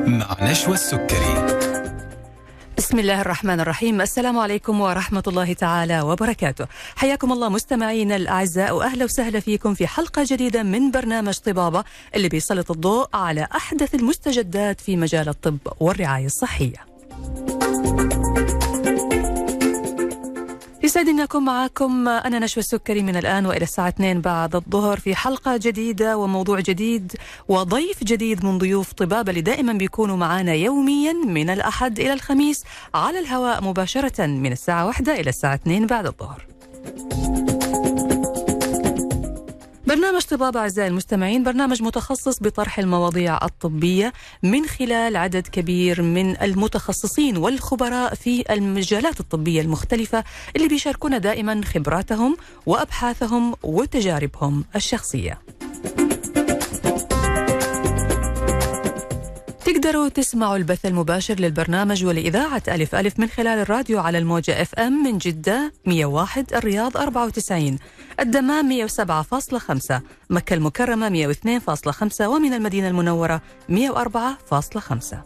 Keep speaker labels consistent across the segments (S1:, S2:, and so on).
S1: النشوة السكري
S2: بسم الله الرحمن الرحيم السلام عليكم ورحمة الله تعالى وبركاته حياكم الله مستمعينا الأعزاء وأهلا وسهلا فيكم في حلقة جديدة من برنامج طبابة اللي بيسلط الضوء على أحدث المستجدات في مجال الطب والرعاية الصحية يسعد أن أكون معكم أنا نشوى السكري من الآن وإلى الساعة 2 بعد الظهر في حلقة جديدة وموضوع جديد وضيف جديد من ضيوف طبابة اللي دائما بيكونوا معنا يوميا من الأحد إلى الخميس على الهواء مباشرة من الساعة 1 إلى الساعة 2 بعد الظهر برنامج طبابة أعزائي المستمعين برنامج متخصص بطرح المواضيع الطبية من خلال عدد كبير من المتخصصين والخبراء في المجالات الطبية المختلفة اللي بيشاركونا دائما خبراتهم وأبحاثهم وتجاربهم الشخصية تقدروا تسمعوا البث المباشر للبرنامج ولإذاعة ألف ألف من خلال الراديو على الموجة اف ام من جدة 101 الرياض 94 الدمام 107.5 مكة المكرمة 102.5 ومن المدينة المنورة 104.5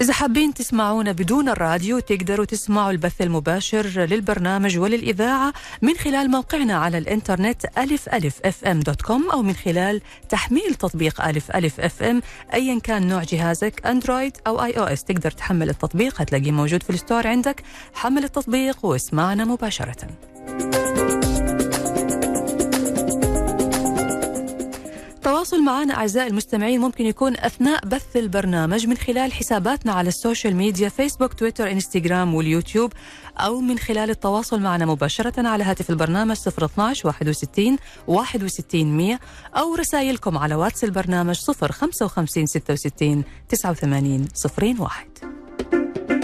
S2: إذا حابين تسمعونا بدون الراديو تقدروا تسمعوا البث المباشر للبرنامج وللإذاعة من خلال موقعنا على الإنترنت ألف ألف أف أم دوت كوم أو من خلال تحميل تطبيق ألف ألف أف أم أيا كان نوع جهازك أندرويد أو آي أو إس تقدر تحمل التطبيق هتلاقيه موجود في الستور عندك حمل التطبيق واسمعنا مباشرةً التواصل معنا أعزائي المستمعين ممكن يكون أثناء بث البرنامج من خلال حساباتنا على السوشيال ميديا فيسبوك تويتر إنستغرام واليوتيوب أو من خلال التواصل معنا مباشرة على هاتف البرنامج 012 61 61 100 أو رسائلكم على واتس البرنامج 055 66 89 01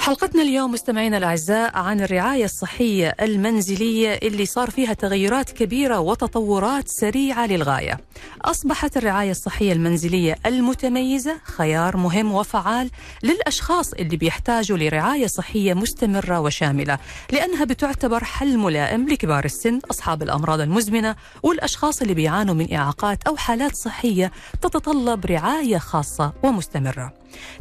S2: حلقتنا اليوم مستمعينا الاعزاء عن الرعايه الصحيه المنزليه اللي صار فيها تغيرات كبيره وتطورات سريعه للغايه. اصبحت الرعايه الصحيه المنزليه المتميزه خيار مهم وفعال للاشخاص اللي بيحتاجوا لرعايه صحيه مستمره وشامله، لانها بتعتبر حل ملائم لكبار السن، اصحاب الامراض المزمنه، والاشخاص اللي بيعانوا من اعاقات او حالات صحيه تتطلب رعايه خاصه ومستمره.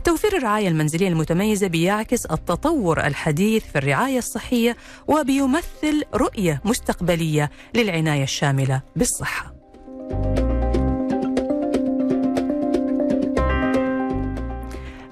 S2: توفير الرعاية المنزلية المتميزة بيعكس التطور الحديث في الرعاية الصحية وبيمثل رؤية مستقبلية للعناية الشاملة بالصحة.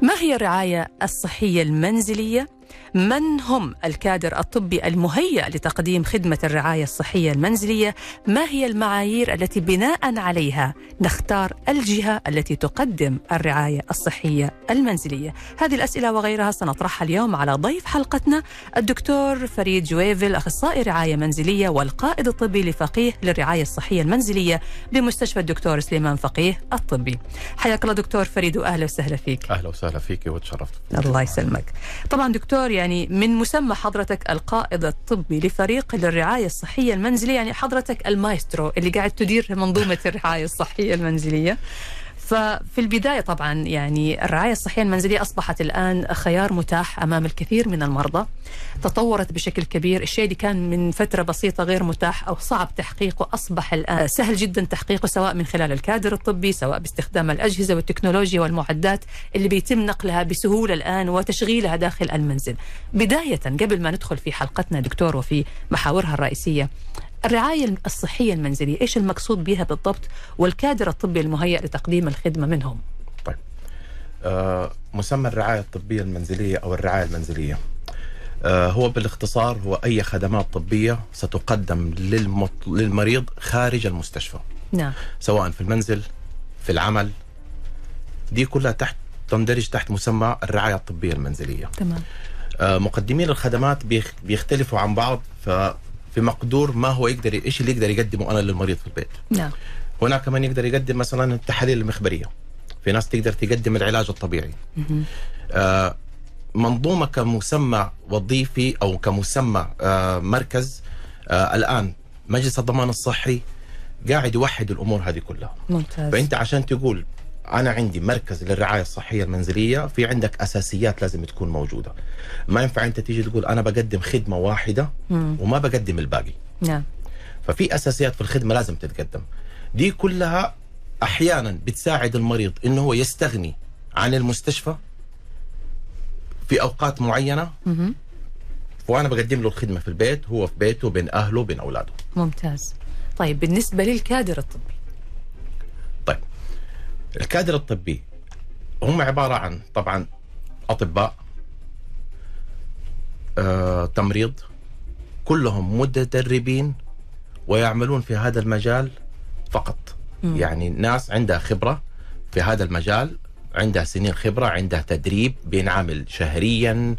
S2: ما هي الرعاية الصحية المنزلية؟ من هم الكادر الطبي المهيأ لتقديم خدمة الرعاية الصحية المنزلية؟ ما هي المعايير التي بناء عليها نختار الجهة التي تقدم الرعاية الصحية المنزلية؟ هذه الأسئلة وغيرها سنطرحها اليوم على ضيف حلقتنا الدكتور فريد جويفل أخصائي رعاية منزلية والقائد الطبي لفقيه للرعاية الصحية المنزلية بمستشفى الدكتور سليمان فقيه الطبي. حياك الله دكتور فريد وأهلا وسهلا فيك.
S3: اهلا وسهلا فيك وتشرفت فيك.
S2: الله يسلمك طبعا دكتور يعني من مسمى حضرتك القائد الطبي لفريق للرعاية الصحية المنزلية يعني حضرتك المايسترو اللي قاعد تدير منظومة الرعاية الصحية المنزلية ففي البداية طبعا يعني الرعاية الصحية المنزلية أصبحت الآن خيار متاح أمام الكثير من المرضى تطورت بشكل كبير الشيء اللي كان من فترة بسيطة غير متاح أو صعب تحقيقه أصبح الآن سهل جدا تحقيقه سواء من خلال الكادر الطبي سواء باستخدام الأجهزة والتكنولوجيا والمعدات اللي بيتم نقلها بسهولة الآن وتشغيلها داخل المنزل بداية قبل ما ندخل في حلقتنا دكتور وفي محاورها الرئيسية الرعاية الصحية المنزلية إيش المقصود بها بالضبط والكادر الطبي المهيأ لتقديم الخدمة منهم
S3: طيب آه، مسمى الرعايه الطبيه المنزليه او الرعايه المنزليه آه، هو بالاختصار هو اي خدمات طبيه ستقدم للمط... للمريض خارج المستشفى
S2: نعم
S3: سواء في المنزل في العمل دي كلها تحت تندرج تحت مسمى الرعايه الطبيه المنزليه
S2: تمام
S3: آه، مقدمين الخدمات بيخ- بيختلفوا عن بعض ف... في مقدور ما هو يقدر ايش اللي يقدر يقدمه انا للمريض في البيت
S2: نعم
S3: هناك من يقدر يقدم مثلا التحاليل المخبريه في ناس تقدر تقدم العلاج الطبيعي
S2: مهم.
S3: آه، منظومه كمسمى وظيفي او كمسمى آه، مركز آه، الان مجلس الضمان الصحي قاعد يوحد الامور هذه كلها
S2: ممتاز
S3: فانت عشان تقول انا عندي مركز للرعايه الصحيه المنزليه في عندك اساسيات لازم تكون موجوده ما ينفع انت تيجي تقول انا بقدم خدمه واحده
S2: مم.
S3: وما بقدم الباقي
S2: نعم
S3: ففي اساسيات في الخدمه لازم تتقدم دي كلها احيانا بتساعد المريض انه هو يستغني عن المستشفى في اوقات معينه
S2: مهم.
S3: وانا بقدم له الخدمه في البيت هو في بيته بين اهله بين اولاده
S2: ممتاز طيب بالنسبة للكادر الطبي
S3: طيب الكادر الطبي هم عباره عن طبعا اطباء آه، تمريض كلهم متدربين ويعملون في هذا المجال فقط
S2: مم.
S3: يعني ناس عندها خبره في هذا المجال عندها سنين خبره عندها تدريب بينعمل شهريا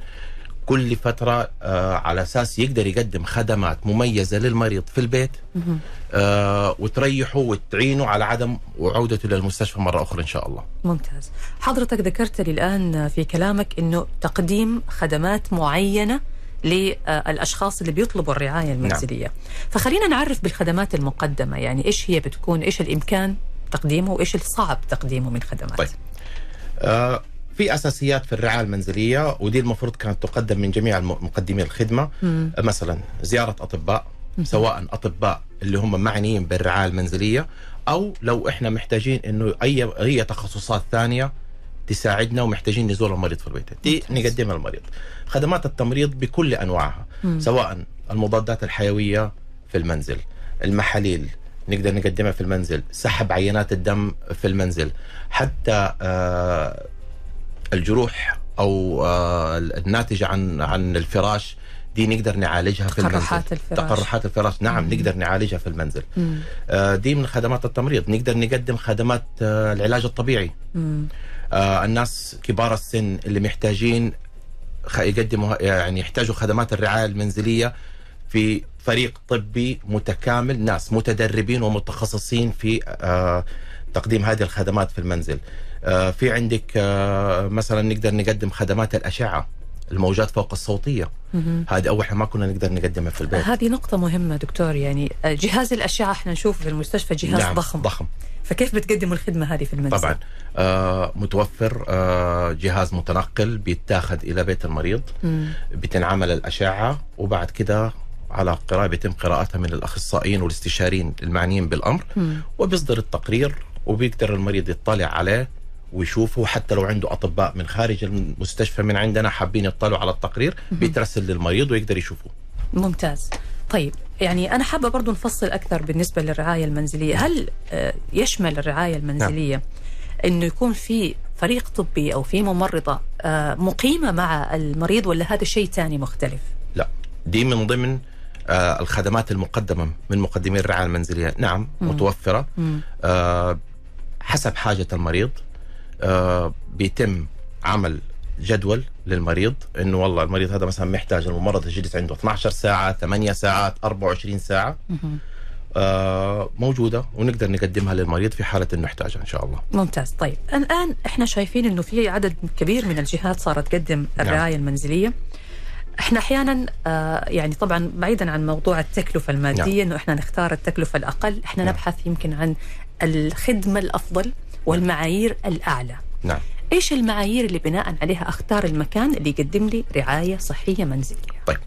S3: كل فتره آه، على اساس يقدر يقدم خدمات مميزه للمريض في البيت
S2: مهم.
S3: آه، وتريحه وتعينه على عدم وعودته للمستشفى مره اخرى ان شاء الله.
S2: ممتاز حضرتك ذكرت لي الآن في كلامك أنه تقديم خدمات معينة للأشخاص اللي بيطلبوا الرعاية المنزلية نعم. فخلينا نعرف بالخدمات المقدمة يعني إيش هي بتكون إيش الإمكان تقديمه وإيش الصعب تقديمه من خدمات
S3: طيب. آه، في اساسيات في الرعايه المنزليه ودي المفروض كانت تقدم من جميع الم- مقدمي الخدمه
S2: مم.
S3: مثلا زياره اطباء سواء اطباء اللي هم معنيين بالرعايه المنزليه او لو احنا محتاجين انه اي اي تخصصات ثانيه تساعدنا ومحتاجين نزور المريض في البيت دي
S2: ممتاز.
S3: نقدمها للمريض خدمات التمريض بكل انواعها
S2: مم.
S3: سواء المضادات الحيويه في المنزل المحاليل نقدر نقدمها في المنزل سحب عينات الدم في المنزل حتى آه، الجروح او آه، الناتجه عن عن الفراش دي نقدر نعالجها في المنزل
S2: تقرحات الفراش
S3: تقرحات الفراش نعم
S2: مم.
S3: نقدر نعالجها في المنزل
S2: مم.
S3: آه، دي من خدمات التمريض نقدر نقدم خدمات آه، العلاج الطبيعي
S2: مم.
S3: آه، الناس كبار السن اللي محتاجين خ- يقدموا يعني يحتاجوا خدمات الرعايه المنزليه في فريق طبي متكامل ناس متدربين ومتخصصين في آه، تقديم هذه الخدمات في المنزل آه، في عندك آه، مثلا نقدر نقدم خدمات الاشعه الموجات فوق الصوتيه
S2: مهم.
S3: هذه اول إحنا ما كنا نقدر نقدمها في البيت
S2: هذه نقطة مهمة دكتور يعني آه، جهاز الأشعة احنا نشوفه في المستشفى جهاز نعم. ضخم
S3: ضخم
S2: فكيف بتقدموا الخدمة هذه في المنزل؟
S3: طبعا آه متوفر آه جهاز متنقل بيتاخذ الى بيت المريض
S2: مم.
S3: بتنعمل الاشعه وبعد كده على قراءه بيتم قراءتها من الاخصائيين والاستشاريين المعنيين بالامر
S2: مم.
S3: وبيصدر التقرير وبيقدر المريض يطلع عليه ويشوفه حتى لو عنده اطباء من خارج المستشفى من عندنا حابين يطلعوا على التقرير بيترسل للمريض ويقدر يشوفه
S2: ممتاز طيب يعني أنا حابة برضو نفصل أكثر بالنسبة للرعاية المنزلية هل آه، يشمل الرعاية المنزلية نعم. أنه يكون في فريق طبي أو في ممرضة آه، مقيمة مع المريض ولا هذا شيء تاني مختلف
S3: لا دي من ضمن آه الخدمات المقدمه من مقدمي الرعايه المنزليه نعم
S2: مم.
S3: متوفره
S2: مم.
S3: آه، حسب حاجة المريض آه، بيتم عمل جدول للمريض انه والله المريض هذا مثلا محتاج الممرض يجلس عنده 12 ساعة 8 ساعات 24 ساعة
S2: مهم.
S3: آه، موجودة ونقدر نقدمها للمريض في حالة انه يحتاجها ان شاء الله
S2: ممتاز طيب الآن إحنا شايفين أنه في عدد كبير من الجهات صارت تقدم الرعاية المنزلية احنا احيانا آه يعني طبعا بعيدا عن موضوع التكلفه الماديه انه احنا نختار التكلفه الاقل احنا
S3: نعم.
S2: نبحث يمكن عن الخدمه الافضل والمعايير الاعلى
S3: نعم
S2: ايش المعايير اللي بناء عليها اختار المكان اللي يقدم لي رعايه صحيه منزليه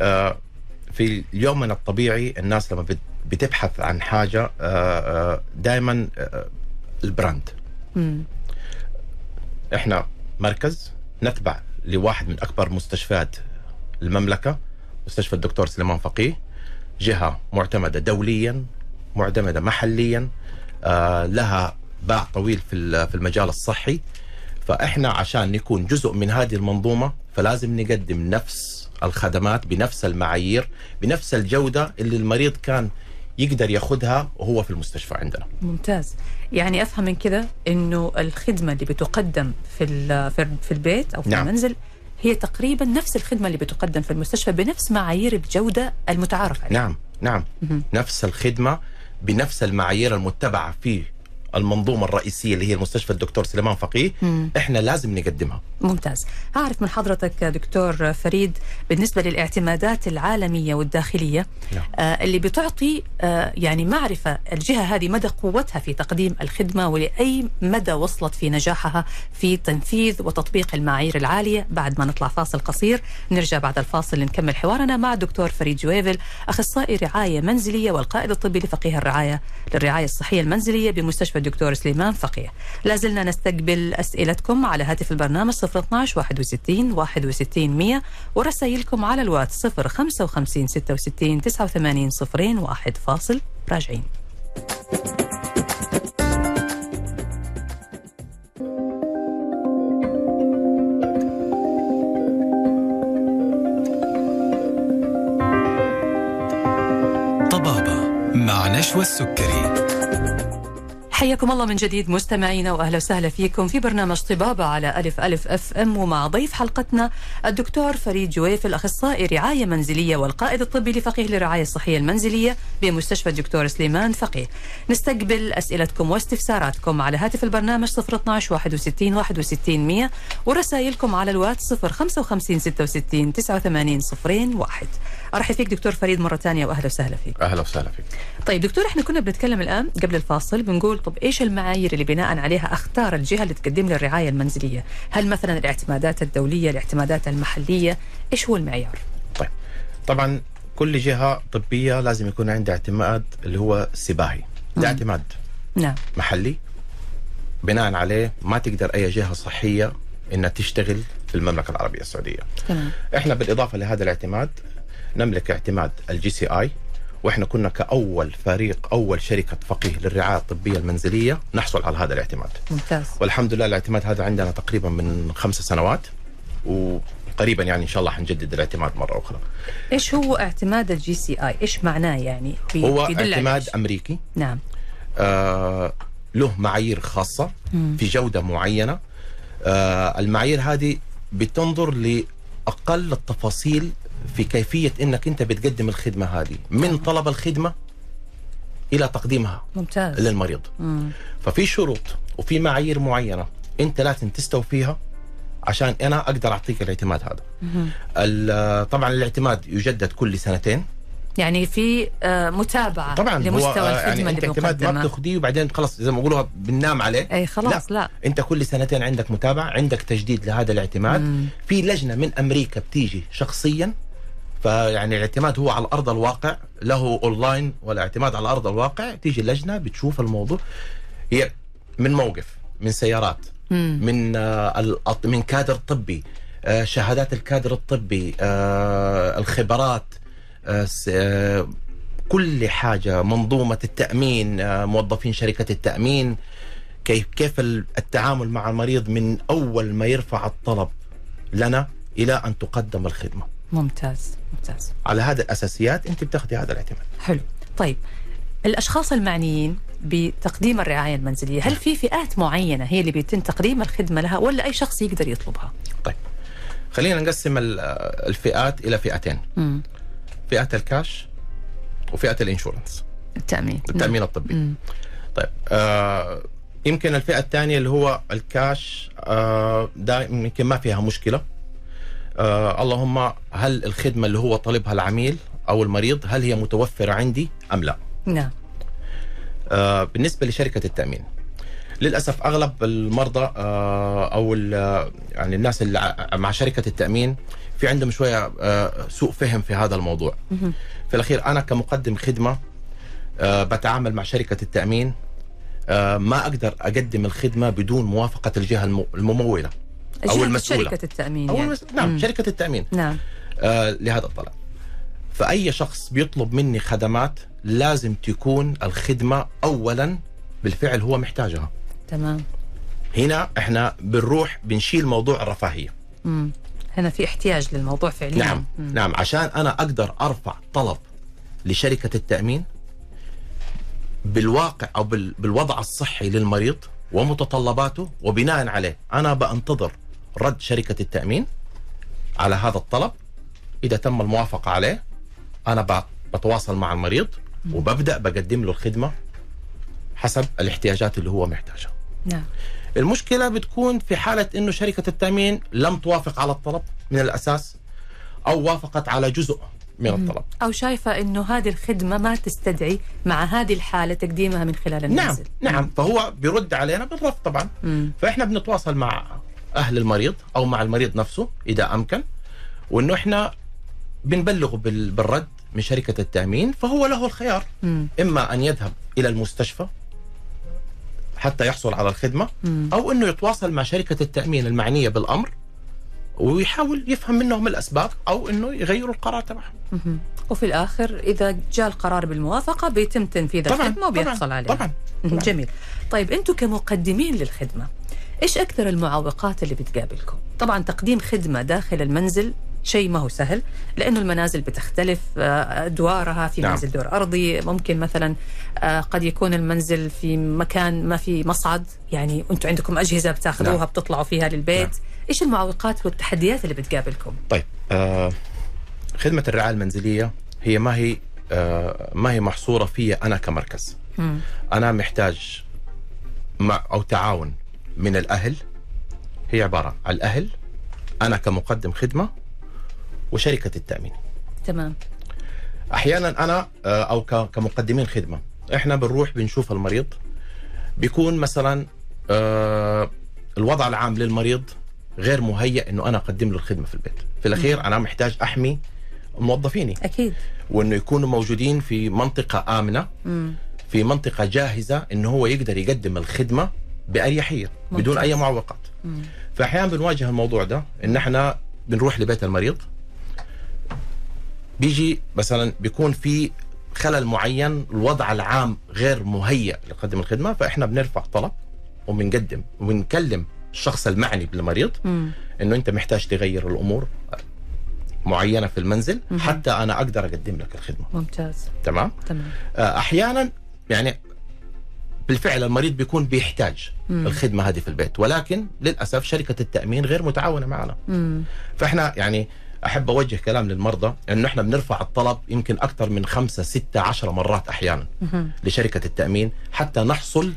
S3: آه، في يومنا الطبيعي الناس لما بت- بتبحث عن حاجة آه، دائما آه، البراند
S2: مم.
S3: احنا مركز نتبع لواحد من اكبر مستشفيات المملكه مستشفى الدكتور سليمان فقيه جهه معتمده دوليا معتمده محليا آه لها باع طويل في ال- في المجال الصحي فاحنا عشان نكون جزء من هذه المنظومه فلازم نقدم نفس الخدمات بنفس المعايير بنفس الجوده اللي المريض كان يقدر ياخذها وهو في المستشفى عندنا
S2: ممتاز يعني افهم من كذا انه الخدمه اللي بتقدم في ال- في ال- في البيت او في
S3: نعم.
S2: نعم. المنزل هي تقريبا نفس الخدمه اللي بتقدم في المستشفى بنفس معايير الجوده المتعارف عليها
S3: نعم نعم
S2: مهم.
S3: نفس الخدمه بنفس المعايير المتبعه في المنظومه الرئيسيه اللي هي المستشفى الدكتور سليمان فقيه
S2: مم.
S3: احنا لازم نقدمها
S2: ممتاز هعرف من حضرتك دكتور فريد بالنسبة للاعتمادات العالمية والداخلية
S3: نعم.
S2: آه، اللي بتعطي آه، يعني معرفة الجهة هذه مدى قوتها في تقديم الخدمة ولأي مدى وصلت في نجاحها في تنفيذ وتطبيق المعايير العالية بعد ما نطلع فاصل قصير نرجع بعد الفاصل نكمل حوارنا مع دكتور فريد جويفل أخصائي رعاية منزلية والقائد الطبي لفقيه الرعاية للرعاية الصحية المنزلية بمستشفى الدكتور سليمان فقيه لا زلنا نستقبل أسئلتكم على هاتف البرنامج 012 61 61 100 ورسائلكم على الواتس 055 66 89 صفرين واحد فاصل راجعين
S1: طبابة مع نشوى السكري
S2: حياكم الله من جديد مستمعينا واهلا وسهلا فيكم في برنامج طبابه على الف الف اف ام ومع ضيف حلقتنا الدكتور فريد جويف الاخصائي رعايه منزليه والقائد الطبي لفقيه للرعايه الصحيه المنزليه بمستشفى الدكتور سليمان فقيه. نستقبل اسئلتكم واستفساراتكم على هاتف البرنامج 012 61 61 100 ورسائلكم على الواتس 055 66 89 صفرين واحد. ارحب فيك دكتور فريد مره ثانيه واهلا وسهلا فيك.
S3: اهلا وسهلا فيك
S2: طيب دكتور احنا كنا بنتكلم الان قبل الفاصل بنقول طب ايش المعايير اللي بناء عليها اختار الجهه اللي تقدم لي الرعايه المنزليه؟ هل مثلا الاعتمادات الدوليه، الاعتمادات المحليه، ايش هو المعيار؟
S3: طيب طبعا كل جهه طبيه لازم يكون عندها اعتماد اللي هو سباهي ده اعتماد
S2: نعم
S3: محلي بناء عليه ما تقدر اي جهه صحيه انها تشتغل في المملكه العربيه السعوديه
S2: تمام
S3: احنا بالاضافه لهذا الاعتماد نملك اعتماد الجي سي اي واحنا كنا كاول فريق اول شركه فقيه للرعايه الطبيه المنزليه نحصل على هذا الاعتماد
S2: ممتاز
S3: والحمد لله الاعتماد هذا عندنا تقريبا من خمس سنوات وقريبا يعني ان شاء الله حنجدد الاعتماد مره اخرى
S2: ايش هو اعتماد الجي سي اي؟ ايش معناه يعني؟ في
S3: هو
S2: في دل على
S3: اعتماد
S2: إيش؟
S3: امريكي
S2: نعم
S3: آه له معايير خاصه
S2: مم.
S3: في جوده معينه آه المعايير هذه بتنظر لاقل التفاصيل في كيفيه انك انت بتقدم الخدمه هذه من طلب الخدمه الى تقديمها
S2: ممتاز
S3: للمريض
S2: مم.
S3: ففي شروط وفي معايير معينه انت لازم تستوفيها عشان انا اقدر اعطيك الاعتماد هذا
S2: مهم.
S3: ال- طبعا الاعتماد يجدد كل سنتين
S2: يعني في آه، متابعه
S3: طبعا هو
S2: لمستوى
S3: آه،
S2: الخدمه
S3: يعني انت
S2: اللي
S3: اعتماد ما
S2: بنقدمها
S3: بتاخذيه وبعدين خلاص زي ما بيقولوها بننام عليه
S2: اي إيه، خلاص لا,
S3: انت كل سنتين عندك متابعه عندك تجديد لهذا الاعتماد
S2: مم.
S3: في لجنه من امريكا بتيجي شخصيا فيعني الاعتماد هو على ارض الواقع له اونلاين ولا اعتماد على ارض الواقع تيجي اللجنه بتشوف الموضوع هي من موقف من سيارات
S2: مم.
S3: من آه، الأط- من كادر طبي آه، شهادات الكادر الطبي آه، الخبرات آه، س- آه، كل حاجه منظومه التامين آه، موظفين شركه التامين كيف كيف ال- التعامل مع المريض من اول ما يرفع الطلب لنا الى ان تقدم الخدمه
S2: ممتاز ممتاز
S3: على هذه الاساسيات انت بتاخذي هذا الاعتماد
S2: حلو طيب الاشخاص المعنيين بتقديم الرعايه المنزليه هل في فئات معينه هي اللي بيتم تقديم الخدمه لها ولا اي شخص يقدر يطلبها
S3: طيب خلينا نقسم ال- آه، الفئات الى فئتين
S2: امم
S3: فئه الكاش وفئه الانشورنس
S2: التامين
S3: التامين الطبي
S2: نعم. مم.
S3: طيب آه يمكن الفئه الثانيه اللي هو الكاش آه ده يمكن ما فيها مشكله آه اللهم هل الخدمه اللي هو طالبها العميل او المريض هل هي متوفره عندي ام لا
S2: نعم
S3: آه بالنسبه لشركه التامين للاسف اغلب المرضى آه او ال- يعني الناس اللي ع- مع شركه التامين في عندهم شويه آه سوء فهم في هذا الموضوع
S2: مهم.
S3: في الاخير انا كمقدم خدمه آه، بتعامل مع شركه التامين آه، ما اقدر اقدم الخدمه بدون موافقه الجهه الم- المموله
S2: جهة
S3: المسؤولة.
S2: شركه التامين
S3: او
S2: يعني.
S3: المس- نعم
S2: مم.
S3: شركه التامين
S2: نعم
S3: آه، لهذا الطلب فاي شخص بيطلب مني خدمات لازم تكون الخدمه اولا بالفعل هو محتاجها
S2: تمام
S3: هنا احنا بنروح بنشيل موضوع الرفاهيه
S2: امم هنا في احتياج للموضوع فعليا
S3: نعم
S2: مم.
S3: نعم عشان انا اقدر ارفع طلب لشركه التامين بالواقع او بال- بالوضع الصحي للمريض ومتطلباته وبناء عليه انا بنتظر رد شركه التامين على هذا الطلب اذا تم الموافقه عليه انا ب- بتواصل مع المريض وببدا بقدم له الخدمه حسب الاحتياجات اللي هو محتاجها
S2: نعم
S3: المشكلة بتكون في حالة أنه شركة التأمين لم توافق على الطلب من الأساس أو وافقت على جزء من الطلب
S2: أو شايفة أنه هذه الخدمة ما تستدعي مع هذه الحالة تقديمها من خلال
S3: نعم
S2: المنزل
S3: نعم فهو بيرد علينا بالرفض طبعا
S2: مم.
S3: فإحنا بنتواصل مع أهل المريض أو مع المريض نفسه إذا أمكن وأنه إحنا بنبلغه بال- بالرد من شركة التأمين فهو له الخيار
S2: مم.
S3: إما أن يذهب إلى المستشفى حتى يحصل على الخدمة
S2: مم.
S3: او انه يتواصل مع شركه التامين المعنيه بالامر ويحاول يفهم منهم الاسباب او انه يغيروا القرار تبعهم
S2: مهم. وفي الآخر إذا جاء القرار بالموافقة بيتم تنفيذ
S3: طبعا
S2: الخدمة وبيحصل
S3: طبعا
S2: عليها
S3: طبعا
S2: مهم. جميل طيب أنتم كمقدمين للخدمة إيش أكثر المعوقات اللي بتقابلكم؟ طبعا تقديم خدمة داخل المنزل شيء ما هو سهل لأنه المنازل بتختلف آه، أدوارها في
S3: نعم.
S2: منزل دور أرضي ممكن مثلا آه، قد يكون المنزل في مكان ما في مصعد يعني أنتم عندكم أجهزة بتاخذوها
S3: نعم.
S2: بتطلعوا فيها للبيت
S3: نعم.
S2: إيش المعوقات والتحديات اللي بتقابلكم؟
S3: طيب آه خدمه الرعايه المنزليه هي ما هي آه ما هي محصوره في انا كمركز
S2: مم.
S3: انا محتاج مع او تعاون من الاهل هي عباره عن الاهل انا كمقدم خدمه وشركه التامين
S2: تمام
S3: احيانا انا آه، او ك- كمقدمين خدمه احنا بنروح بنشوف المريض بيكون مثلا آه، الوضع العام للمريض غير مهيئ انه انا اقدم له الخدمه في البيت في الاخير انا محتاج احمي موظفيني
S2: أكيد
S3: وانه يكونوا موجودين في منطقه امنه
S2: مم.
S3: في منطقه جاهزه انه هو يقدر يقدم الخدمه باريحيه بدون
S2: ممتاز.
S3: اي معوقات
S2: مم.
S3: فاحيانا بنواجه الموضوع ده ان احنا بنروح لبيت المريض بيجي مثلا بيكون في خلل معين الوضع العام غير مهيئ لقدم الخدمه فاحنا بنرفع طلب وبنقدم وبنكلم الشخص المعني بالمريض
S2: مم.
S3: انه انت محتاج تغير الامور معينه في المنزل حتى انا اقدر اقدم لك الخدمه
S2: ممتاز
S3: تمام
S2: تمام
S3: آه، احيانا يعني بالفعل المريض بيكون بيحتاج
S2: مم.
S3: الخدمه هذه في البيت ولكن للاسف شركه التامين غير متعاونه معنا
S2: مم.
S3: فاحنا يعني احب اوجه كلام للمرضى انه احنا بنرفع الطلب يمكن اكثر من خمسة ستة عشرة مرات احيانا
S2: مهم.
S3: لشركه التامين حتى نحصل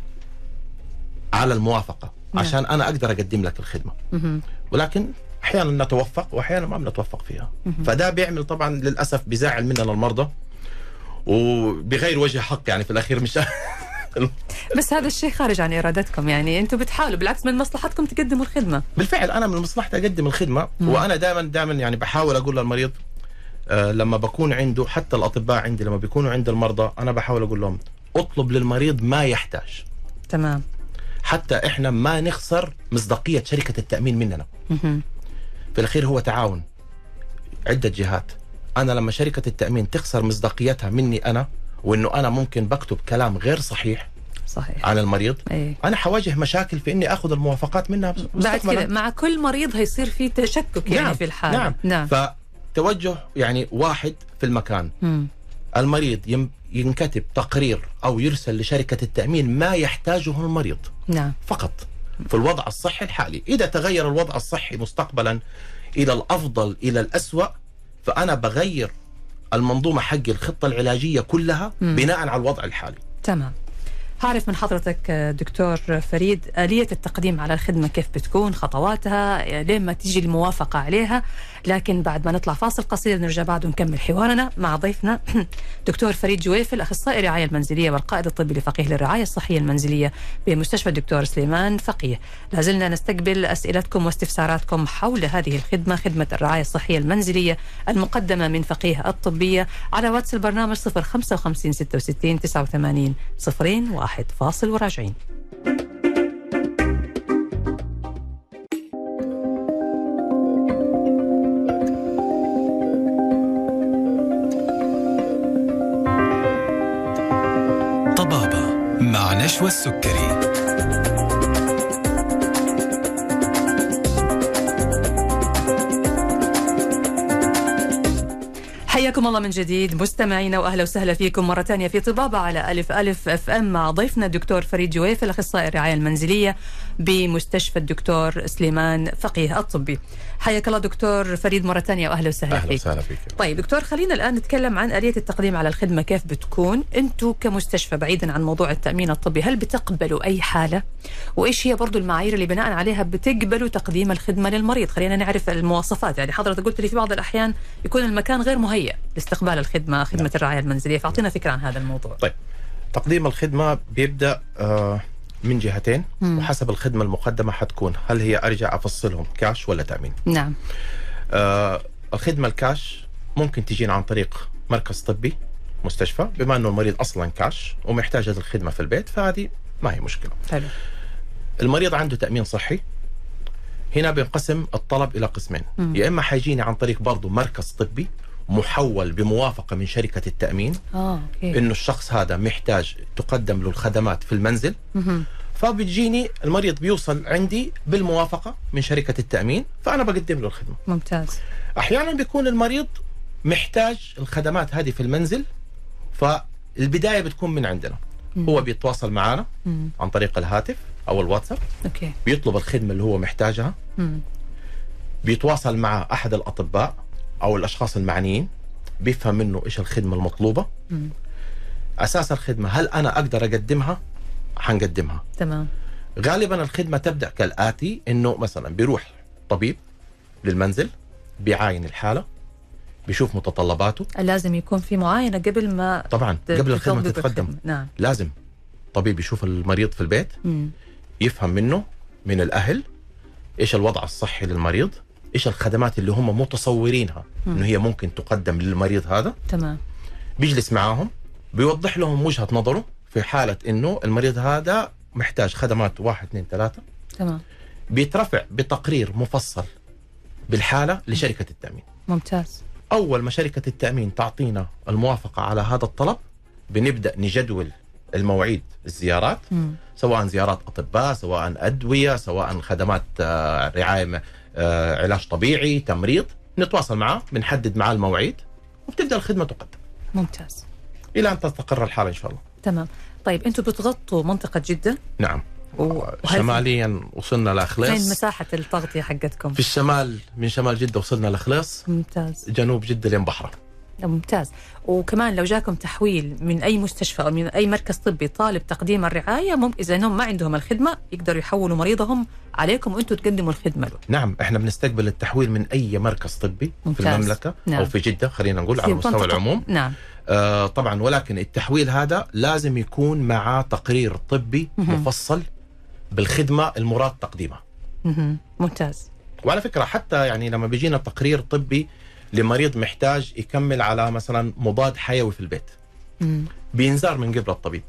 S3: على الموافقه
S2: نعم.
S3: عشان انا اقدر اقدم لك الخدمه
S2: مهم.
S3: ولكن احيانا نتوفق واحيانا ما بنتوفق فيها فده بيعمل طبعا للاسف بيزعل مننا المرضى وبغير وجه حق يعني في الاخير مش
S2: بس هذا الشيء خارج عن ارادتكم يعني انتم بتحاولوا بالعكس من مصلحتكم تقدموا الخدمه
S3: بالفعل انا من مصلحتي اقدم الخدمه
S2: مم.
S3: وانا دائما دائما يعني بحاول اقول للمريض آه، لما بكون عنده حتى الاطباء عندي لما بيكونوا عند المرضى انا بحاول اقول لهم اطلب للمريض ما يحتاج
S2: تمام
S3: حتى احنا ما نخسر مصداقيه شركه التامين مننا
S2: مهم.
S3: في الاخير هو تعاون عده جهات انا لما شركه التامين تخسر مصداقيتها مني انا وانه انا ممكن بكتب كلام غير صحيح
S2: صحيح
S3: عن المريض
S2: اي
S3: انا حواجه مشاكل في اني اخذ الموافقات منها
S2: بعد
S3: مستقبلاً.
S2: كده مع كل مريض هيصير في تشكك يعني
S3: نعم،
S2: في الحاله
S3: نعم.
S2: نعم
S3: فتوجه يعني واحد في المكان
S2: مم.
S3: المريض يم- ينكتب تقرير او يرسل لشركه التامين ما يحتاجه المريض
S2: نعم
S3: فقط في الوضع الصحي الحالي إذا تغير الوضع الصحي مستقبلا إلى الأفضل إلى الأسوأ فأنا بغير المنظومة حقي الخطة العلاجية كلها
S2: مم.
S3: بناء على الوضع الحالي
S2: تمام هعرف من حضرتك آه، دكتور فريد آلية التقديم على الخدمة كيف بتكون خطواتها آه، لين ما تيجي الموافقة عليها لكن بعد ما نطلع فاصل قصير نرجع بعد ونكمل حوارنا مع ضيفنا دكتور فريد جويفل أخصائي الرعاية المنزلية والقائد الطبي لفقيه للرعاية الصحية المنزلية بمستشفى الدكتور سليمان فقيه لا زلنا نستقبل أسئلتكم واستفساراتكم حول هذه الخدمة خدمة الرعاية الصحية المنزلية المقدمة من فقيه الطبية على واتس البرنامج 055 66 89 صفرين واحد فاصل وراجعين
S1: طبابة مع نشوى السكري
S2: حياكم حياكم الله من جديد مستمعينا واهلا وسهلا فيكم مره ثانيه في طبابه على الف الف اف ام مع ضيفنا الدكتور فريد جويف الاخصائي الرعايه المنزليه بمستشفى الدكتور سليمان فقيه الطبي. حياك الله دكتور فريد مره ثانيه واهلا وسهلا
S3: اهلا
S2: فيك.
S3: وسهلا فيك
S2: طيب دكتور خلينا الان نتكلم عن اليه التقديم على الخدمه كيف بتكون انتم كمستشفى بعيدا عن موضوع التامين الطبي هل بتقبلوا اي حاله وايش هي برضو المعايير اللي بناء عليها بتقبلوا تقديم الخدمه للمريض خلينا نعرف المواصفات يعني حضرتك قلت لي في بعض الاحيان يكون المكان غير مهيئ لاستقبال الخدمه خدمه
S3: نعم.
S2: الرعايه المنزليه فاعطينا فكره عن هذا الموضوع
S3: طيب. تقديم الخدمه بيبدا آه، من جهتين
S2: مم.
S3: وحسب الخدمه المقدمه حتكون هل هي ارجع افصلهم كاش ولا تامين
S2: نعم
S3: آه، الخدمه الكاش ممكن تجينا عن طريق مركز طبي مستشفى بما انه المريض اصلا كاش ومحتاج هذه الخدمه في البيت فهذه ما هي مشكله
S2: حلو
S3: المريض عنده تامين صحي هنا بينقسم الطلب الى قسمين
S2: مم.
S3: يا اما حيجيني عن طريق برضه مركز طبي محول بموافقه من شركه التامين
S2: اه اوكي
S3: انه الشخص هذا محتاج تقدم له الخدمات في المنزل
S2: مهم.
S3: فبتجيني المريض بيوصل عندي بالموافقه من شركه التامين فانا بقدم له الخدمه
S2: ممتاز
S3: احيانا بيكون المريض محتاج الخدمات هذه في المنزل فالبدايه بتكون من عندنا
S2: مم.
S3: هو بيتواصل معنا
S2: مم.
S3: عن طريق الهاتف او الواتساب
S2: اوكي
S3: بيطلب الخدمه اللي هو محتاجها
S2: مم.
S3: بيتواصل مع احد الاطباء او الاشخاص المعنيين بيفهم منه ايش الخدمه المطلوبه
S2: مم.
S3: اساس الخدمه هل انا اقدر اقدمها حنقدمها
S2: تمام
S3: غالبا الخدمه تبدا كالاتي انه مثلا بيروح طبيب للمنزل بيعاين الحاله بيشوف متطلباته
S2: لازم يكون في معاينه قبل ما
S3: طبعا
S2: ت-
S3: قبل الخدمه
S2: تطبق
S3: تتقدم
S2: الخدمة. نعم
S3: لازم طبيب يشوف المريض في البيت
S2: مم.
S3: يفهم منه من الاهل ايش الوضع الصحي للمريض ايش الخدمات اللي هم متصورينها
S2: مم.
S3: انه هي ممكن تقدم للمريض هذا
S2: تمام
S3: بيجلس معاهم بيوضح لهم وجهه نظره في حاله انه المريض هذا محتاج خدمات واحد اثنين ثلاثه
S2: تمام
S3: بيترفع بتقرير مفصل بالحاله لشركه التامين
S2: ممتاز
S3: اول ما شركه التامين تعطينا الموافقه على هذا الطلب بنبدا نجدول المواعيد الزيارات
S2: مم.
S3: سواء زيارات اطباء سواء ادويه سواء خدمات آه، رعايه آه، علاج طبيعي تمريض نتواصل معاه بنحدد معاه المواعيد وبتبدا الخدمه تقدم
S2: ممتاز
S3: الى ان تستقر الحاله ان شاء الله
S2: تمام طيب انتم بتغطوا منطقه جده
S3: نعم
S2: وهل-
S3: شماليا وصلنا
S2: فين
S3: لاخلاص
S2: مساحه التغطيه حقتكم
S3: في الشمال من شمال جده وصلنا لاخلاص
S2: ممتاز
S3: جنوب جده لين بحره
S2: ممتاز وكمان لو جاكم تحويل من اي مستشفى او من اي مركز طبي طالب تقديم الرعايه ممكن اذا انهم ما عندهم الخدمه يقدروا يحولوا مريضهم عليكم وانتم تقدموا الخدمه له
S3: نعم احنا بنستقبل التحويل من اي مركز طبي
S2: ممتاز.
S3: في المملكه
S2: نعم.
S3: او في جده خلينا نقول
S2: في
S3: على مستوى
S2: منطقة-
S3: العموم
S2: نعم
S3: آه طبعا ولكن التحويل هذا لازم يكون معاه تقرير طبي
S2: مهم.
S3: مفصل بالخدمه المراد تقديمها
S2: مهم. ممتاز
S3: وعلى فكره حتى يعني لما بيجينا تقرير طبي لمريض محتاج يكمل على مثلا مضاد حيوي في البيت
S2: مم.
S3: بينزار من قبل الطبيب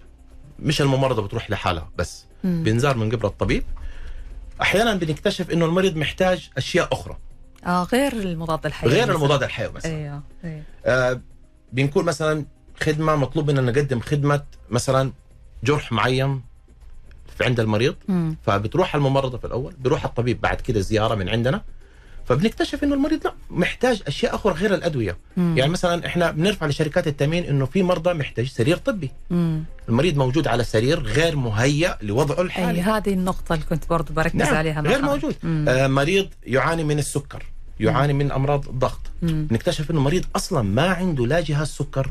S3: مش الممرضه بتروح لحالها بس
S2: مم.
S3: بينزار من قبل الطبيب احيانا بنكتشف انه المريض محتاج اشياء اخرى
S2: آه غير المضاد الحيوي
S3: غير
S2: مثلاً.
S3: المضاد الحيوي مثلا
S2: ايوه ايوه
S3: آه، بنكون مثلا خدمه مطلوب مننا نقدم خدمه مثلا جرح معين في عند المريض
S2: مم.
S3: فبتروح الممرضه في الاول بيروح الطبيب بعد كده زياره من عندنا فبنكتشف انه المريض لا محتاج اشياء اخرى غير الادويه
S2: مم.
S3: يعني مثلا احنا بنرفع لشركات التامين انه في مرضى محتاج سرير طبي
S2: مم.
S3: المريض موجود على سرير غير مهيأ لوضعه الحالي
S2: اي هذه النقطه اللي كنت برضو بركز
S3: نعم،
S2: عليها مع
S3: غير
S2: حضرتك.
S3: موجود
S2: مم.
S3: آه مريض يعاني من السكر يعاني من امراض الضغط
S2: مم.
S3: نكتشف انه المريض اصلا ما عنده لا جهاز سكر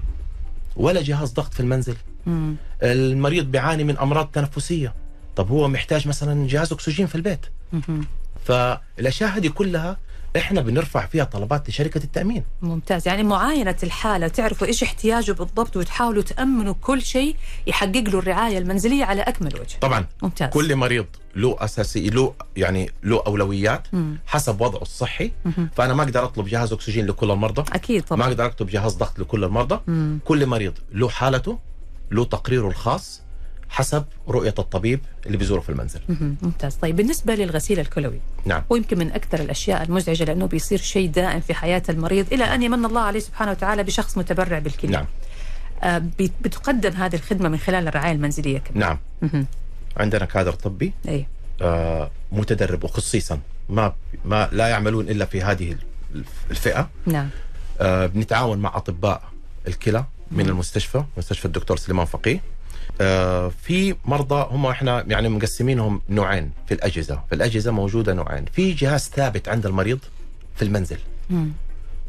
S3: ولا جهاز ضغط في المنزل
S2: مم.
S3: المريض بيعاني من امراض تنفسيه طب هو محتاج مثلا جهاز اكسجين في البيت
S2: مهم.
S3: فالاشياء هذه كلها احنا بنرفع فيها طلبات لشركه التامين
S2: ممتاز يعني معاينة الحالة تعرفوا إيش احتياجه بالضبط وتحاولوا تأمنوا كل شيء يحقق له الرعاية المنزلية على أكمل وجه
S3: طبعا
S2: ممتاز
S3: كل مريض له اساسي له يعني له اولويات
S2: مم.
S3: حسب وضعه الصحي
S2: مهم.
S3: فانا ما اقدر اطلب جهاز اكسجين لكل المرضى
S2: أكيد
S3: ما
S2: طبعا
S3: اقدر اكتب جهاز ضغط لكل المرضى
S2: مم.
S3: كل مريض له حالته له تقريره الخاص حسب رؤيه الطبيب اللي بيزوره في المنزل
S2: مهم. ممتاز طيب بالنسبة للغسيل الكلوي
S3: نعم
S2: ويمكن من أكثر الأشياء المزعجة لأنه بيصير شيء دائم في حياة المريض إلى أن يمن الله عليه سبحانه وتعالى بشخص متبرع بالكلى
S3: نعم
S2: آه بي- بتقدم هذه الخدمة من خلال الرعاية المنزلية كمان إيه.
S3: نعم
S2: مهم.
S3: عندنا كادر طبي
S2: أي
S3: آه، متدرب وخصيصا ما ما لا يعملون الا في هذه الفئه
S2: نعم
S3: آه، بنتعاون مع اطباء الكلى من المستشفى مستشفى الدكتور سليمان فقيه آه، في مرضى هم احنا يعني مقسمينهم نوعين في الاجهزه في الاجهزه موجوده نوعين في جهاز ثابت عند المريض في المنزل
S2: مم.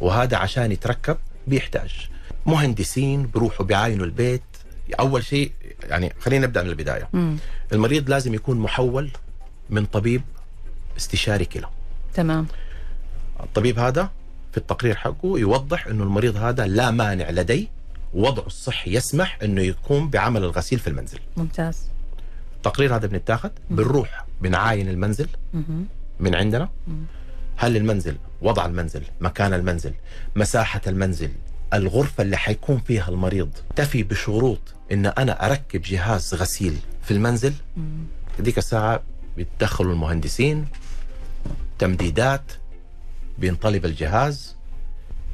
S3: وهذا عشان يتركب بيحتاج مهندسين بروحوا بيعاينوا البيت اول شيء يعني خلينا نبدا من البدايه
S2: مم.
S3: المريض لازم يكون محول من طبيب استشاري كلى
S2: تمام
S3: الطبيب هذا في التقرير حقه يوضح انه المريض هذا لا مانع لديه وضعه الصحي يسمح انه يقوم بعمل الغسيل في المنزل
S2: ممتاز
S3: التقرير هذا بنتاخد
S2: مم.
S3: بنروح بنعاين المنزل
S2: مهم.
S3: من عندنا
S2: مم.
S3: هل المنزل وضع المنزل مكان المنزل مساحة المنزل الغرفة اللي حيكون فيها المريض تفي بشروط ان انا اركب جهاز غسيل في المنزل
S2: مم.
S3: هذيك الساعة بيتدخلوا المهندسين تمديدات بينطلب الجهاز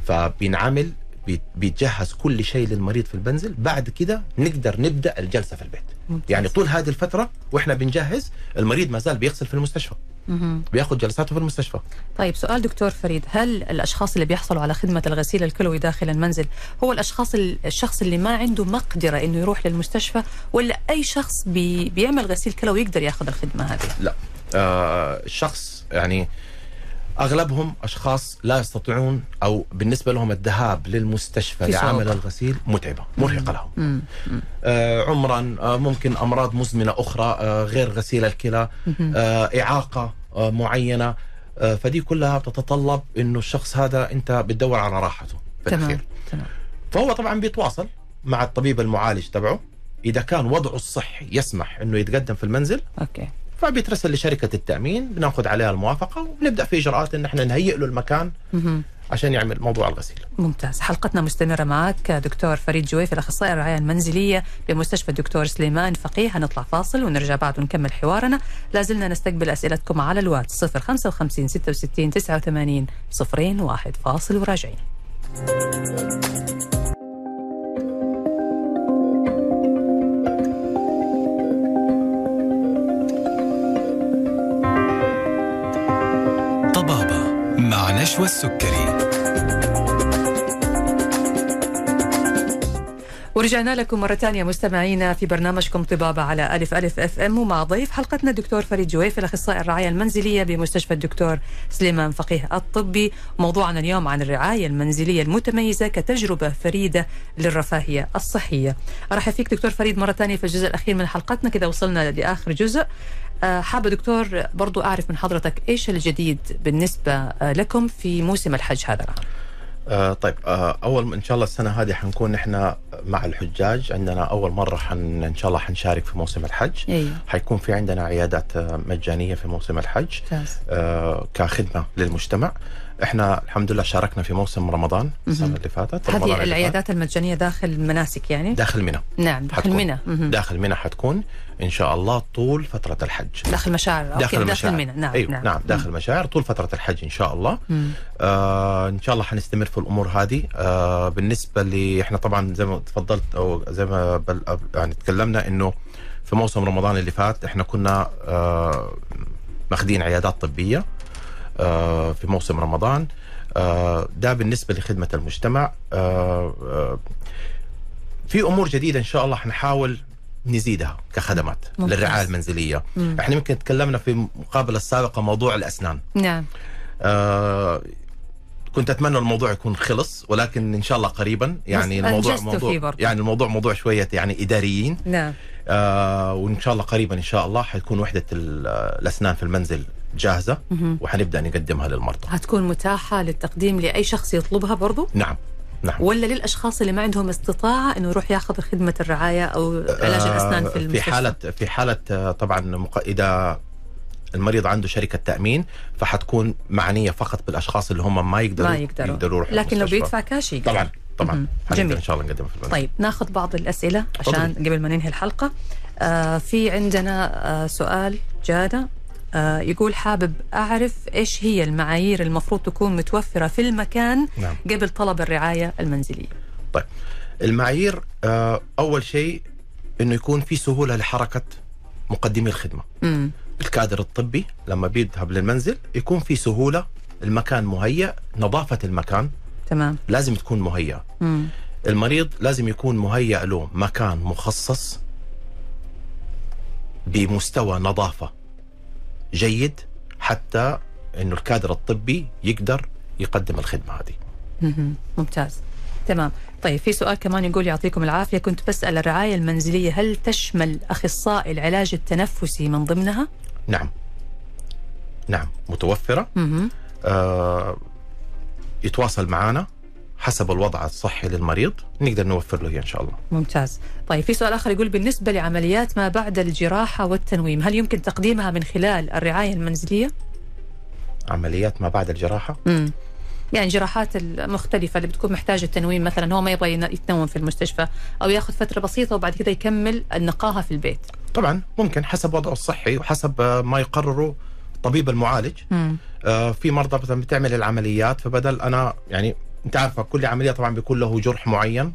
S3: فبينعمل بي- بيتجهز كل شيء للمريض في المنزل بعد كده نقدر نبدا الجلسه في البيت
S2: ممتاز.
S3: يعني طول هذه الفتره واحنا بنجهز المريض ما زال بيغسل في المستشفى
S2: مهم.
S3: بياخذ جلساته في المستشفى
S2: طيب سؤال دكتور فريد هل الاشخاص اللي بيحصلوا على خدمه الغسيل الكلوي داخل المنزل هو الاشخاص ال- الشخص اللي ما عنده مقدره انه يروح للمستشفى ولا اي شخص بي بيعمل غسيل كلوي يقدر ياخذ الخدمه هذه
S3: آه، الشخص يعني اغلبهم اشخاص لا يستطيعون او بالنسبه لهم الذهاب للمستشفى
S2: في صعوبة.
S3: لعمل الغسيل متعبه مرهقه لهم
S2: مم.
S3: آه، عمرا آه، ممكن امراض مزمنه اخرى آه، غير غسيل الكلى
S2: مهم.
S3: آه، اعاقه آه، معينه آه، فدي كلها بتتطلب انه الشخص هذا انت بتدور على راحته في
S2: تمام
S3: الاخير
S2: تمام
S3: فهو طبعا بيتواصل مع الطبيب المعالج تبعه اذا كان وضعه الصحي يسمح انه يتقدم في المنزل
S2: اوكي
S3: فبيترسل لشركه التامين بناخذ عليها الموافقه وبنبدا في اجراءات ان احنا نهيئ له المكان
S2: مهم.
S3: عشان يعمل موضوع الغسيل
S2: ممتاز حلقتنا مستمرة معك دكتور فريد جويف الأخصائي الرعاية المنزلية بمستشفى الدكتور سليمان فقيه هنطلع فاصل ونرجع بعد ونكمل حوارنا لازلنا نستقبل أسئلتكم على الواتس 055 66 89 صفرين واحد فاصل وراجعين
S1: طبابة مع نشوى السكري
S2: ورجعنا لكم مرة ثانية مستمعينا في برنامجكم طبابة على ألف ألف أف أم ومع ضيف حلقتنا الدكتور فريد جويف الأخصائي الرعاية المنزلية بمستشفى الدكتور سليمان فقيه الطبي موضوعنا اليوم عن الرعاية المنزلية المتميزة كتجربة فريدة للرفاهية الصحية أرحب فيك دكتور فريد مرة ثانية في الجزء الأخير من حلقتنا كذا وصلنا لآخر جزء آه، حابة دكتور برضو أعرف من حضرتك إيش الجديد بالنسبة آه، لكم في موسم الحج هذا العام
S3: آه طيب آه اول ان شاء الله السنه هذه حنكون احنا مع الحجاج عندنا اول مره حن ان شاء الله حنشارك في موسم الحج
S2: أيوه
S3: حيكون في عندنا عيادات آه، مجانيه في موسم الحج
S2: ممتاز
S3: آه كخدمه للمجتمع احنا الحمد لله شاركنا في موسم رمضان السنه
S2: مهم.
S3: اللي فاتت رمضان اللي
S2: هذه
S3: فات.
S2: العيادات المجانية داخل المناسك يعني؟
S3: داخل منى
S2: نعم داخل
S3: حتكون.
S2: منى مهم.
S3: داخل منى حتكون ان شاء الله طول فتره الحج
S2: داخل مشاعر أوكي،
S3: داخل
S2: داخل
S3: المشاعر
S2: منى نعم
S3: أيوه نعم, نعم داخل مشاعر طول فتره الحج ان شاء الله
S2: مم.
S3: آه ان شاء الله حنستمر في الامور هذه آه بالنسبه لي احنا طبعا زي ما تفضلت او زي ما بل يعني تكلمنا انه في موسم رمضان اللي فات احنا كنا آه ماخذين عيادات طبيه آه في موسم رمضان آه ده بالنسبه لخدمه المجتمع آه آه في امور جديده ان شاء الله حنحاول نزيدها كخدمات
S2: ممتاز.
S3: للرعايه المنزليه
S2: مم.
S3: احنا يمكن تكلمنا في المقابله السابقه موضوع الاسنان
S2: نعم
S3: آه كنت اتمنى الموضوع يكون خلص ولكن ان شاء الله قريبا يعني
S2: بس
S3: الموضوع
S2: أنجزتوا فيه
S3: موضوع
S2: برضه.
S3: يعني الموضوع موضوع شويه يعني اداريين
S2: نعم
S3: آه وان شاء الله قريبا ان شاء الله حتكون وحده ال- الاسنان في المنزل جاهزه
S2: مهم.
S3: وحنبدا نقدمها للمرضى
S2: هتكون متاحة للتقديم لأي شخص يطلبها برضو
S3: نعم نعم
S2: ولا للأشخاص اللي ما عندهم استطاعة أنه يروح ياخذ خدمة الرعاية أو علاج
S3: آه،
S2: الأسنان في
S3: في
S2: المستشفى
S3: حاله في حاله آه، طبعا مق- اذا المريض عنده شركه تامين فحتكون معنيه فقط بالاشخاص اللي هم ما يقدروا
S2: ما يقدروا.
S3: يقدروا يروحوا
S2: لكن لو
S3: المستشفى.
S2: بيدفع كاش يقدر.
S3: طبعا
S2: مهم.
S3: طبعا
S2: جميل.
S3: جميل ان شاء الله نقدمها في المنزل
S2: طيب ناخذ بعض الأسئلة عشان
S3: تفضلي.
S2: قبل ما ننهي الحلقة آه في عندنا آه سؤال جانا آه يقول حابب أعرف إيش هي المعايير المفروض تكون متوفرة في المكان
S3: نعم.
S2: قبل طلب الرعاية المنزلية
S3: طيب المعايير آه، اول شيء انه يكون في سهوله لحركه مقدمي الخدمه
S2: مم.
S3: الكادر الطبي لما بيذهب للمنزل يكون في سهوله المكان مهيأ نظافه المكان
S2: تمام
S3: لازم تكون مهيئه
S2: مم.
S3: المريض لازم يكون مهيأ له مكان مخصص بمستوى نظافة جيد حتى انه الكادر الطبي يقدر يقدم الخدمة هذه
S2: مهم. ممتاز تمام طيب في سؤال كمان يقول يعطيكم العافية كنت بسأل الرعاية المنزلية هل تشمل أخصائي العلاج التنفسي من ضمنها؟
S3: نعم نعم متوفرة
S2: مهم.
S3: آه يتواصل معنا حسب الوضع الصحي للمريض نقدر نوفر له إياه ان شاء الله
S2: ممتاز طيب في سؤال آخر يقول بالنسبة لعمليات ما بعد الجراحة والتنويم هل يمكن تقديمها من خلال الرعاية المنزلية؟
S3: عمليات ما بعد الجراحة
S2: مم. يعني جراحات المختلفة اللي بتكون محتاجة تنويم مثلا هو ما يبغى ين- يتنوم في المستشفى أو ياخذ فترة بسيطة وبعد كذا يكمل نقاها في البيت
S3: طبعا ممكن حسب وضعه الصحي وحسب آه، ما يقرره طبيب المعالج
S2: مم.
S3: آه، في مرضى مثلا بتعمل العمليات فبدل انا يعني انت عارفه كل عمليه طبعا بيكون له جرح معين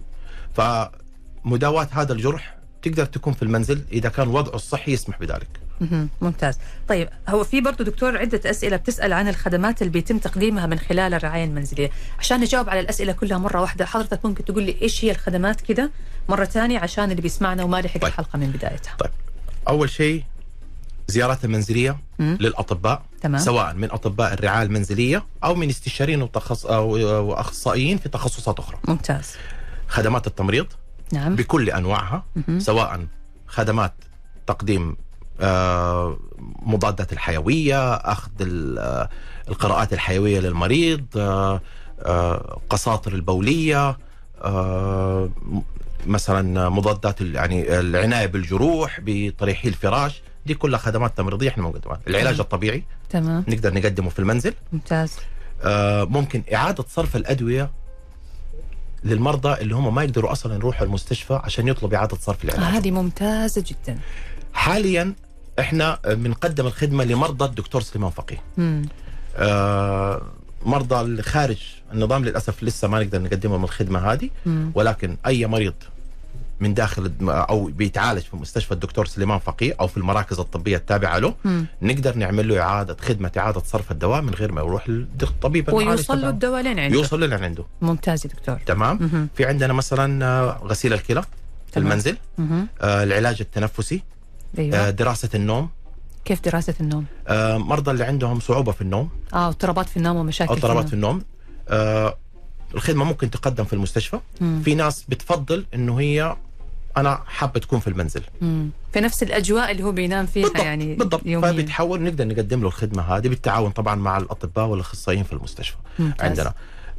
S3: فمداواه هذا الجرح تقدر تكون في المنزل اذا كان وضعه الصحي يسمح بذلك.
S2: مهم. ممتاز طيب هو في برضو دكتور عدة أسئلة بتسأل عن الخدمات اللي بيتم تقديمها من خلال الرعاية المنزلية عشان نجاوب على الأسئلة كلها مرة واحدة حضرتك ممكن تقول لي إيش هي الخدمات كده مرة تانية عشان اللي بيسمعنا وما لحق
S3: طيب.
S2: الحلقة من بدايتها
S3: طيب اول شيء زيارات المنزليه
S2: مم.
S3: للاطباء
S2: تمام.
S3: سواء من اطباء الرعايه المنزليه او من استشاريين وتخص او واخصائيين في تخصصات اخرى.
S2: ممتاز
S3: خدمات التمريض
S2: نعم
S3: بكل انواعها
S2: مهم.
S3: سواء خدمات تقديم آه، مضادات الحيويه، اخذ ال- آه، القراءات الحيويه للمريض، آه، آه، قساطر البوليه، آه، م- مثلا مضادات ال- يعني العنايه بالجروح، بتريحي الفراش، دي كلها خدمات تمريضيه احنا بنقدمها، العلاج
S2: مم.
S3: الطبيعي
S2: تمام
S3: نقدر نقدمه في المنزل،
S2: ممتاز
S3: آه، ممكن اعاده صرف الادويه للمرضى اللي هم ما يقدروا اصلا يروحوا المستشفى عشان يطلب اعاده صرف
S2: آه،
S3: العلاج.
S2: هذه ممتازة جدا
S3: حاليا احنا بنقدم الخدمه لمرضى الدكتور سليمان فقيه
S2: مم.
S3: آه، مرضى اللي خارج النظام للاسف لسه ما نقدر نقدم لهم الخدمه هذه
S2: مم.
S3: ولكن اي مريض من داخل الد- او بيتعالج في مستشفى الدكتور سليمان فقيه او في المراكز الطبيه التابعه له
S2: مم.
S3: نقدر نعمل له اعاده خدمه اعاده صرف الدواء من غير ما يروح للطبيب المعالج
S2: ويوصل له
S3: تبعه.
S2: الدواء لين عنده
S3: يوصل له لين عنده
S2: ممتاز يا دكتور
S3: تمام
S2: يعني مهم.
S3: في عندنا مثلا آه، غسيل الكلى في
S2: تمام.
S3: المنزل
S2: مهم.
S3: آه، العلاج التنفسي آه،
S2: أيوة.
S3: دراسه النوم
S2: كيف دراسة النوم؟
S3: آه، مرضى اللي عندهم صعوبه في النوم
S2: اه اضطرابات في النوم ومشاكل
S3: او اضطرابات في
S2: في
S3: النوم آه، الخدمه ممكن تقدم في المستشفى
S2: النوم في...
S3: في ناس بتفضل انه هي انا حابه تكون في المنزل
S2: في نفس الاجواء اللي هو بينام فيها
S3: بالضبط
S2: إيه، يعني
S3: بالضبط
S2: يومياً.
S3: فبيتحول نقدر نقدم له الخدمه هذه بالتعاون طبعا مع الاطباء والاخصائيين في المستشفى
S2: ممتاز. طيب،
S3: عندنا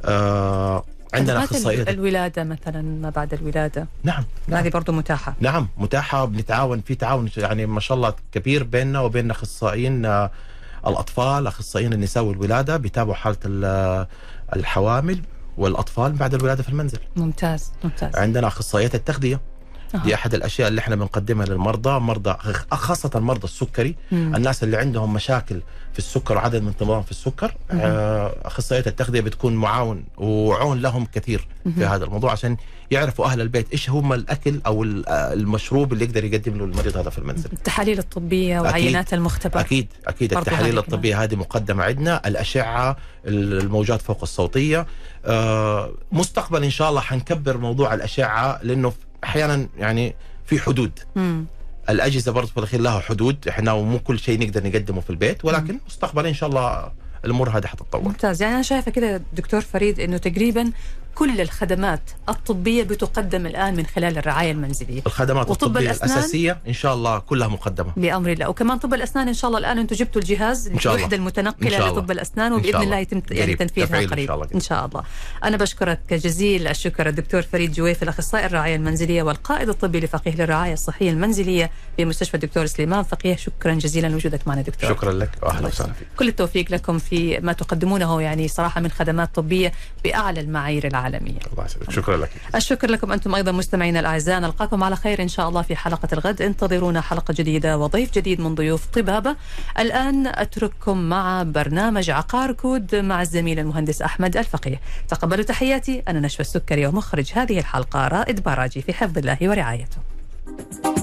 S3: آه عندنا
S2: خدمات ال-
S3: اخصائيين
S2: الولاده مثلا ما بعد الولاده
S3: نعم نعم
S2: هذه برضو متاحه
S3: نعم متاحه بنتعاون في تعاون يعني ما شاء الله كبير بيننا وبين اخصائيين آه، الاطفال اخصائيين النساء والولاده بيتابعوا حاله ال- آه، الحوامل والاطفال بعد الولاده في المنزل
S2: ممتاز ممتاز
S3: عندنا اخصائيات التغذيه
S2: أها.
S3: دي احد الاشياء اللي احنا بنقدمها للمرضى مرضى خاصه مرضى السكري
S2: مم.
S3: الناس اللي عندهم مشاكل في السكر وعدم انتظام في السكر
S2: مهم.
S3: آه، اخصائيات التغذيه بتكون معاون وعون لهم كثير في هذا الموضوع عشان يعرفوا اهل البيت ايش هم الاكل او ال- آه، المشروب اللي يقدر يقدم له المريض هذا في المنزل
S2: التحاليل الطبيه وعينات المختبر
S3: اكيد اكيد
S2: برضو هذه
S3: التحاليل
S2: كمان.
S3: الطبيه هذه مقدمه عندنا الاشعه الموجات فوق الصوتيه آه، مستقبل ان شاء الله حنكبر موضوع الاشعه لانه احيانا يعني في حدود
S2: مم.
S3: الاجهزه برضه في الاخير لها حدود احنا ومو كل شيء نقدر نقدمه في البيت ولكن مستقبلا ان شاء الله الامور هذه حتتطور
S2: ممتاز يعني انا شايفه كده دكتور فريد انه تقريبا كل الخدمات الطبيه بتقدم الان من خلال الرعايه المنزليه
S3: الخدمات
S2: وطب
S3: الطبيه
S2: الأسنان؟
S3: الاساسيه ان شاء الله كلها مقدمه
S2: بامر الله وكمان طب الاسنان ان شاء الله الان انتم جبتوا الجهاز
S3: إن شاء الله.
S2: الوحده
S3: إن شاء
S2: المتنقله
S3: الله.
S2: لطب الاسنان
S3: إن شاء
S2: وباذن الله
S3: الله.
S2: يتم يعني
S3: قريب.
S2: تنفيذها
S3: تفعيله إن
S2: قريب
S3: شاء الله قريب.
S2: ان شاء الله انا بشكرك جزيل الشكر الدكتور فريد جويف الاخصائي الرعايه المنزليه والقائد الطبي لفقيه للرعايه الصحيه المنزليه بمستشفى الدكتور سليمان فقيه شكرا جزيلا لوجودك معنا دكتور
S3: شكرا لك واهلا وسهلا فيك
S2: كل التوفيق لكم في ما تقدمونه يعني صراحه من خدمات طبيه باعلى المعايير العالميه
S3: الله يسعدك شكرا لك
S2: الشكر لكم أنتم أيضا مستمعينا الأعزاء نلقاكم على خير إن شاء الله في حلقة الغد انتظرونا حلقة جديدة وضيف جديد من ضيوف طبابة الآن أترككم مع برنامج عقار كود مع الزميل المهندس أحمد الفقيه تقبلوا تحياتي أنا نشوى السكري ومخرج هذه الحلقة رائد باراجي في حفظ الله ورعايته